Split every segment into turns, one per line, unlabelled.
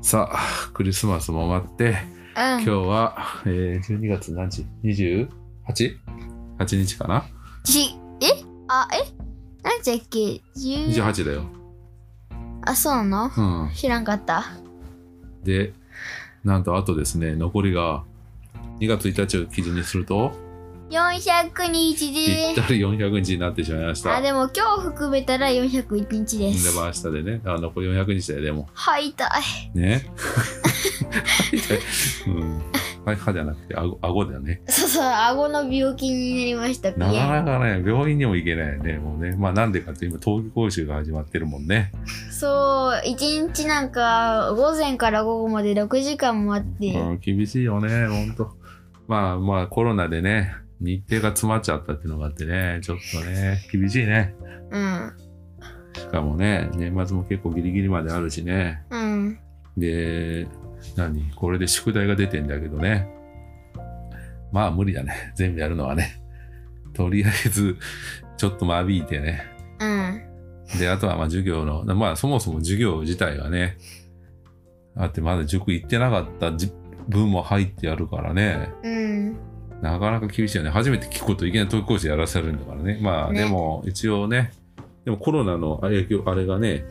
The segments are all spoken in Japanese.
さあ、クリスマスも終わって、
うん
今日は、えー、12月何日 ?28?8 日かな
じえあえなんじゃっけ十
?28 だよ。
あそうなの
うん。
知らんかった
で、なんとあとですね、残りが2月1日を基準にすると、
400日
ぴっ
で
たり400日になってしまいました。
あ
で
でも今日含めたら401日で
も
す
明日でね、あ残り400日だよ、でも。
はい痛い
ね。うん。はい、歯じゃなくて、顎顎だよね。
そうそう顎の病気になりました
な
ピエ
かなかね、病院にも行けないよね、もうね。まあ、なんでかって、今、冬季講習が始まってるもんね。
そう一日なんか午前から午後まで6時間もあって、
うん、厳しいよね、ほんと。まあまあ、コロナでね、日程が詰まっちゃったっていうのがあってね、ちょっとね、厳しいね。
うん
しかもね、年末も結構ギリギリまであるしね。
うん
で、何これで宿題が出てんだけどね。まあ無理だね。全部やるのはね。とりあえず、ちょっと間引いてね。
うん
で、あとはまあ授業の、まあそもそも授業自体がね、あってまだ塾行ってなかったじ分も入ってやるからね、
うん
なかなか厳しいよね。初めて聞くこといきなり登記講師やらせるんだからね。まあ
ね
でも一応ね、でもコロナの影響、あれがね、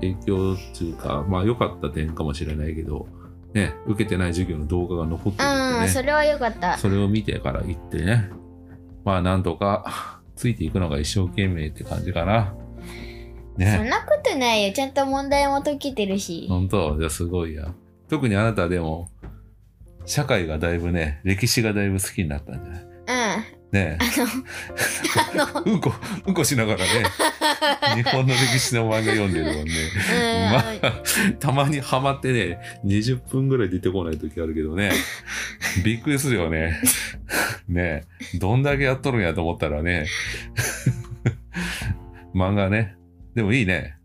影響っていうか、まあ良かった点かもしれないけど、ね、受けてない授業の動画が残ってるって
うん、
ね、
それはよかった
それを見てから行ってね、まあなんとかついていくのが一生懸命って感じかな。ね。
そんなことないよちゃんと問題も解けてるし
本当じゃあすごいや。特にあなたでも、社会がだいぶね、歴史がだいぶ好きになったんじゃない
うんあ
ね
のあの
え。うんこ、うんこしながらね、日 本の歴史の漫画読んでるもんね。
うん
まあ、たまにハマってね、20分ぐらい出てこない時あるけどね、びっくりするよね。 ねえ、どんだけやっとるんやと思ったらね、 漫画ね。でもいいね。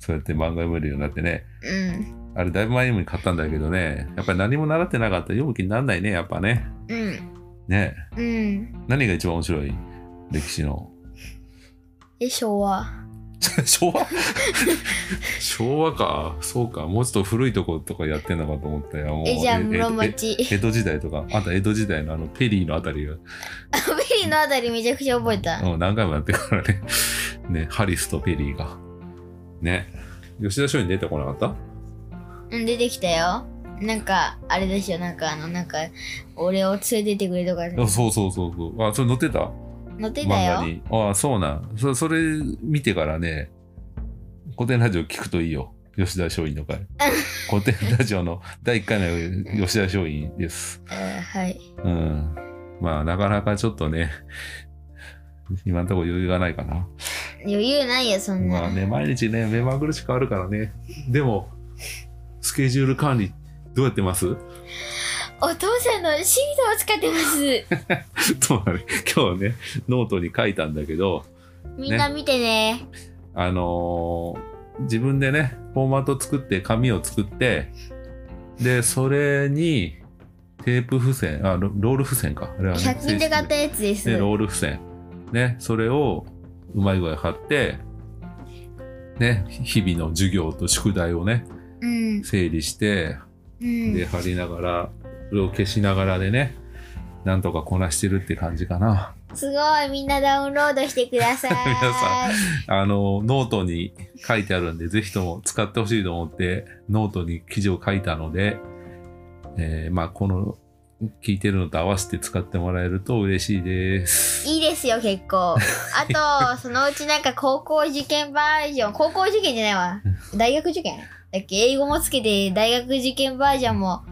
そうやって漫画読めるようになってね。
うん
あれだいぶ前にも買ったんだけどね、やっぱり何も習ってなかったら読む気にならないね、やっぱね。
うん
ね
うん
何が一番面白い歴史の。
え昭和
昭和昭和か。そうか。もうちょっと古いとことかやってんのかと思ったよ。もう
えじゃあ
え
室
え
町
江戸時代とか、あんた江戸時代のあのペリーのあたりが、
ペリーのあたりめちゃくちゃ覚えた。
うん、何回もやってるからね。ね、ハリスとペリーが。ね。吉田松陰出てこなかった
うん、出てきたよ。なんか、あれですよ、なんかあの、なんか、俺を連れてってくれとか、
あそうそうそうそう。あ、それ載ってた
載って
漫
た
画
よ。
に。ああ、そうなん。そそれ見てからね、古典ラジオ聞くといいよ。吉田松陰の 回。古典ラジオの第1回の吉田松陰です。
うんはい。
うん。まあ、なかなかちょっとね、 今のところ余裕がないかな。
余裕ないよ、そんな。
まあね、毎日ね、目まぐるしくあるからね。でも、スケジュール管理、どうやってます
お父さんのシートを使って ます。
そうだね。今日ね、ノートに書いたんだけど、
みんな見てね。
あのー自分でね、フォーマット作って、紙を作って、で、それに、テープ付箋、あ、ロロール付箋か。あれはね
100均で買ったやつです。
で、ロ
う
ール付箋。ね、それを、うまい具合貼って、ね、日々の授業と宿題をね、
ん。
整理して、
うん。
で、貼りながら、それを消しながらでね、なんとかこなしてるって感じかな。
すごい、みんなダウンロードしてください。
皆あの、ノートに書いてあるんで、ぜひとも使ってほしいと思って、ノートに記事を書いたので、えーまあ、この、聞いてるのと合わせて使ってもらえると嬉しいです。
いいですよ、結 構。あと、そのうちなんか高校受験バージョン、高校受験じゃないわ。大学受験だっけ英語もつけて大学受験バージョンも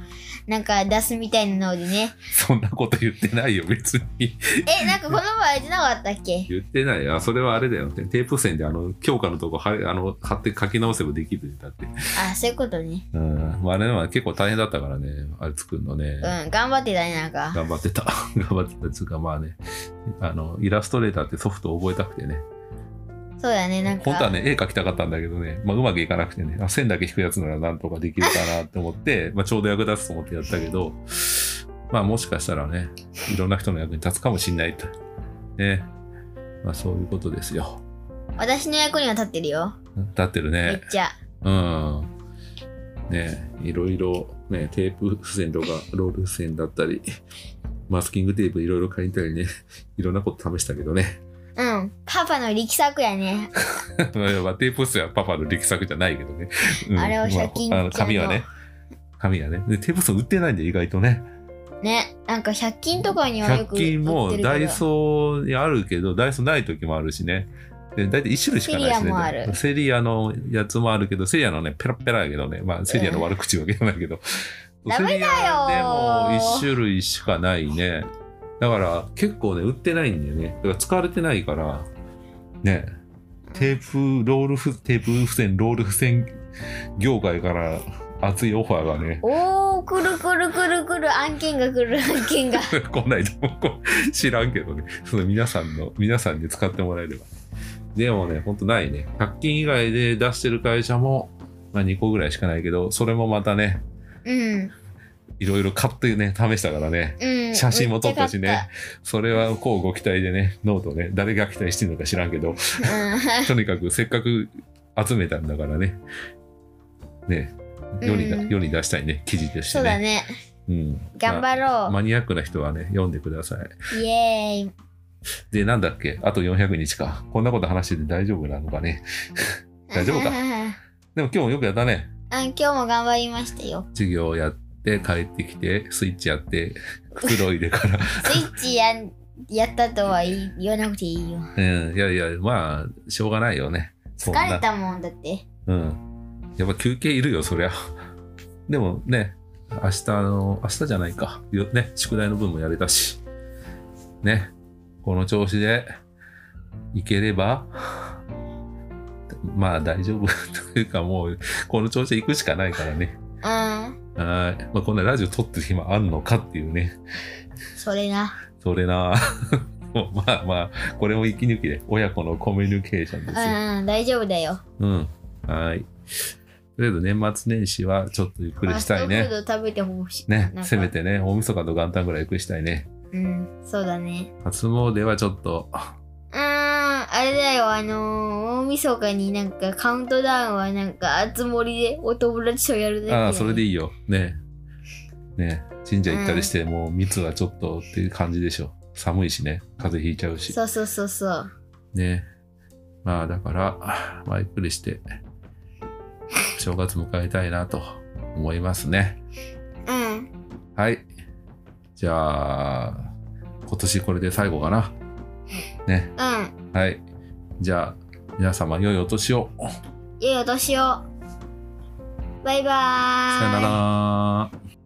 なんか出すみたいなのでね。
そんなこと言ってないよ、別に。
え、なんかこの前じゃなかったっけ
言ってないよ。あそれはあれだよね。テープ線で、あの、教科のとこは、あの、貼って書き直せばできるんだって。
あ、そういうことね。
うん。まあ、あれは結構大変だったからね、あれ作るのね。
うん、頑張ってたね、なんか。
頑張ってた。 頑張ってたっつうか、まあね、あの、イラストレーターってソフトを覚えたくてね。
そうだね、なんか。
本当はね、絵描きたかったんだけどね、まあ、うまくいかなくてね、あ線だけ引くやつならなんとかできるかなって思って、まあちょうど役立つと思ってやったけど、まあもしかしたらね、いろんな人の役に立つかもしんないと。ね。まあそういうことですよ。
私の役には立ってるよ。
立ってる
めっ
ね。
ちゃ。
うん。ね、いろいろ、ね、テープ付箋とか、ロール付箋だったり、マスキングテープいろいろ買いたりね、 いろんなこと試したけどね。
うん。パパの力作やね。
まあテープ付箋はパパの力作じゃないけどね。うん
あれは100均
まああの紙はね。紙はね。で、テープ付箋売ってないんで意外とね。
ね。なんか100均とかには
100
よく
均
売っ
も
てるけど。
ダイソーにあるけど、ダイソーない時もあるしね。で大体1種類しかないし
セリアもあ
ね。
る
セリアのやつもあるけど、セリアのね、ペラペラやけどね。まあ、セリアの悪口わけじゃないけど。
ダ
セ
メだよ
リアでも1種類しかないね。だから結構ね、売ってないんだよね。だから使われてないから、ね。テープ、ロールふ、テープ付箋、ロール付箋業界から熱いオファーがね、
おー、くるくるくるくる、案件が来る、案件が。
来ないと思う知らんけどねその皆さんの皆さんに使ってもらえればでもねほんとないね100均以外で出してる会社も、まあ、2個ぐらいしかないけどそれもまたね
うん。
いろいろ買ってね試したからね
うん。
写真も撮ったし
め
ねそれはこうご期待でねノートね誰が期待してるのか知らんけ ど
っちゃ買った。
とにかくせっかく集めたんだからねね世にだ
うん
世に出したいね記事と
うん。
し
そ
て
うだ
ね
ね。
うん
頑
ま
張ろ
あ
う。
マニアックな人はね読んでください
イエーイ。
で、なんだっけあと400日か。こんなこと話してて大丈夫なのかね。大丈夫 か
う
でも今日もよくやったね。
ん、今日も頑張りましたよ。
授業やって、帰ってきて、スイッチやって、袋入れ から。
スイッチやんやったとは言い言わなくていいよ。
うん。いやいや、まあ、しょうがないよね。そんな
疲れたもんだって。
うん。やっぱ休憩いるよ、そりゃ。 でもね、明日の、明日じゃないか。よね、宿題の分もやれたし。ね、この調子でいければ、 まあ大丈夫 というかもう、この調子で行くしかないからね。
うん。
はい。まあこんなラジオ撮ってる暇あんのかっていうね。
それな。
それな もうまあまあ、これも息抜きで、親子のコミュニケーション
う
ですよ。
ん、うん、大丈夫だよ。
うん。はい。とりあえず年末年始はちょっとゆっく
フ
り
ァ
し
スト
たい
フ
ね。
ード食べてほしい。
ね
な、んか
せめ。てね、大晦日と元旦ぐらいゆっくりしたいね。
うん、そうだね。
初詣はちょっと、
うーん、あれだよ、あのー、大晦日になんかカウントダウンはなんか、あつ森でお友達とやるね。
ああ、それでいいよ。ね。ね、神社行ったりして、もう密はちょっとっていう感じでしょ。寒いしね、風邪ひいちゃうし。
そうそうそうそう。
ね。まあだから、まあゆっくりして、正月迎えたいなと思いますね。
うん。
はい。じゃあ、今年これで最後かな。ね。
うん。
はい。じゃあ、皆様、良いお年を。
良いお年を。バイバーイ。
さよなら。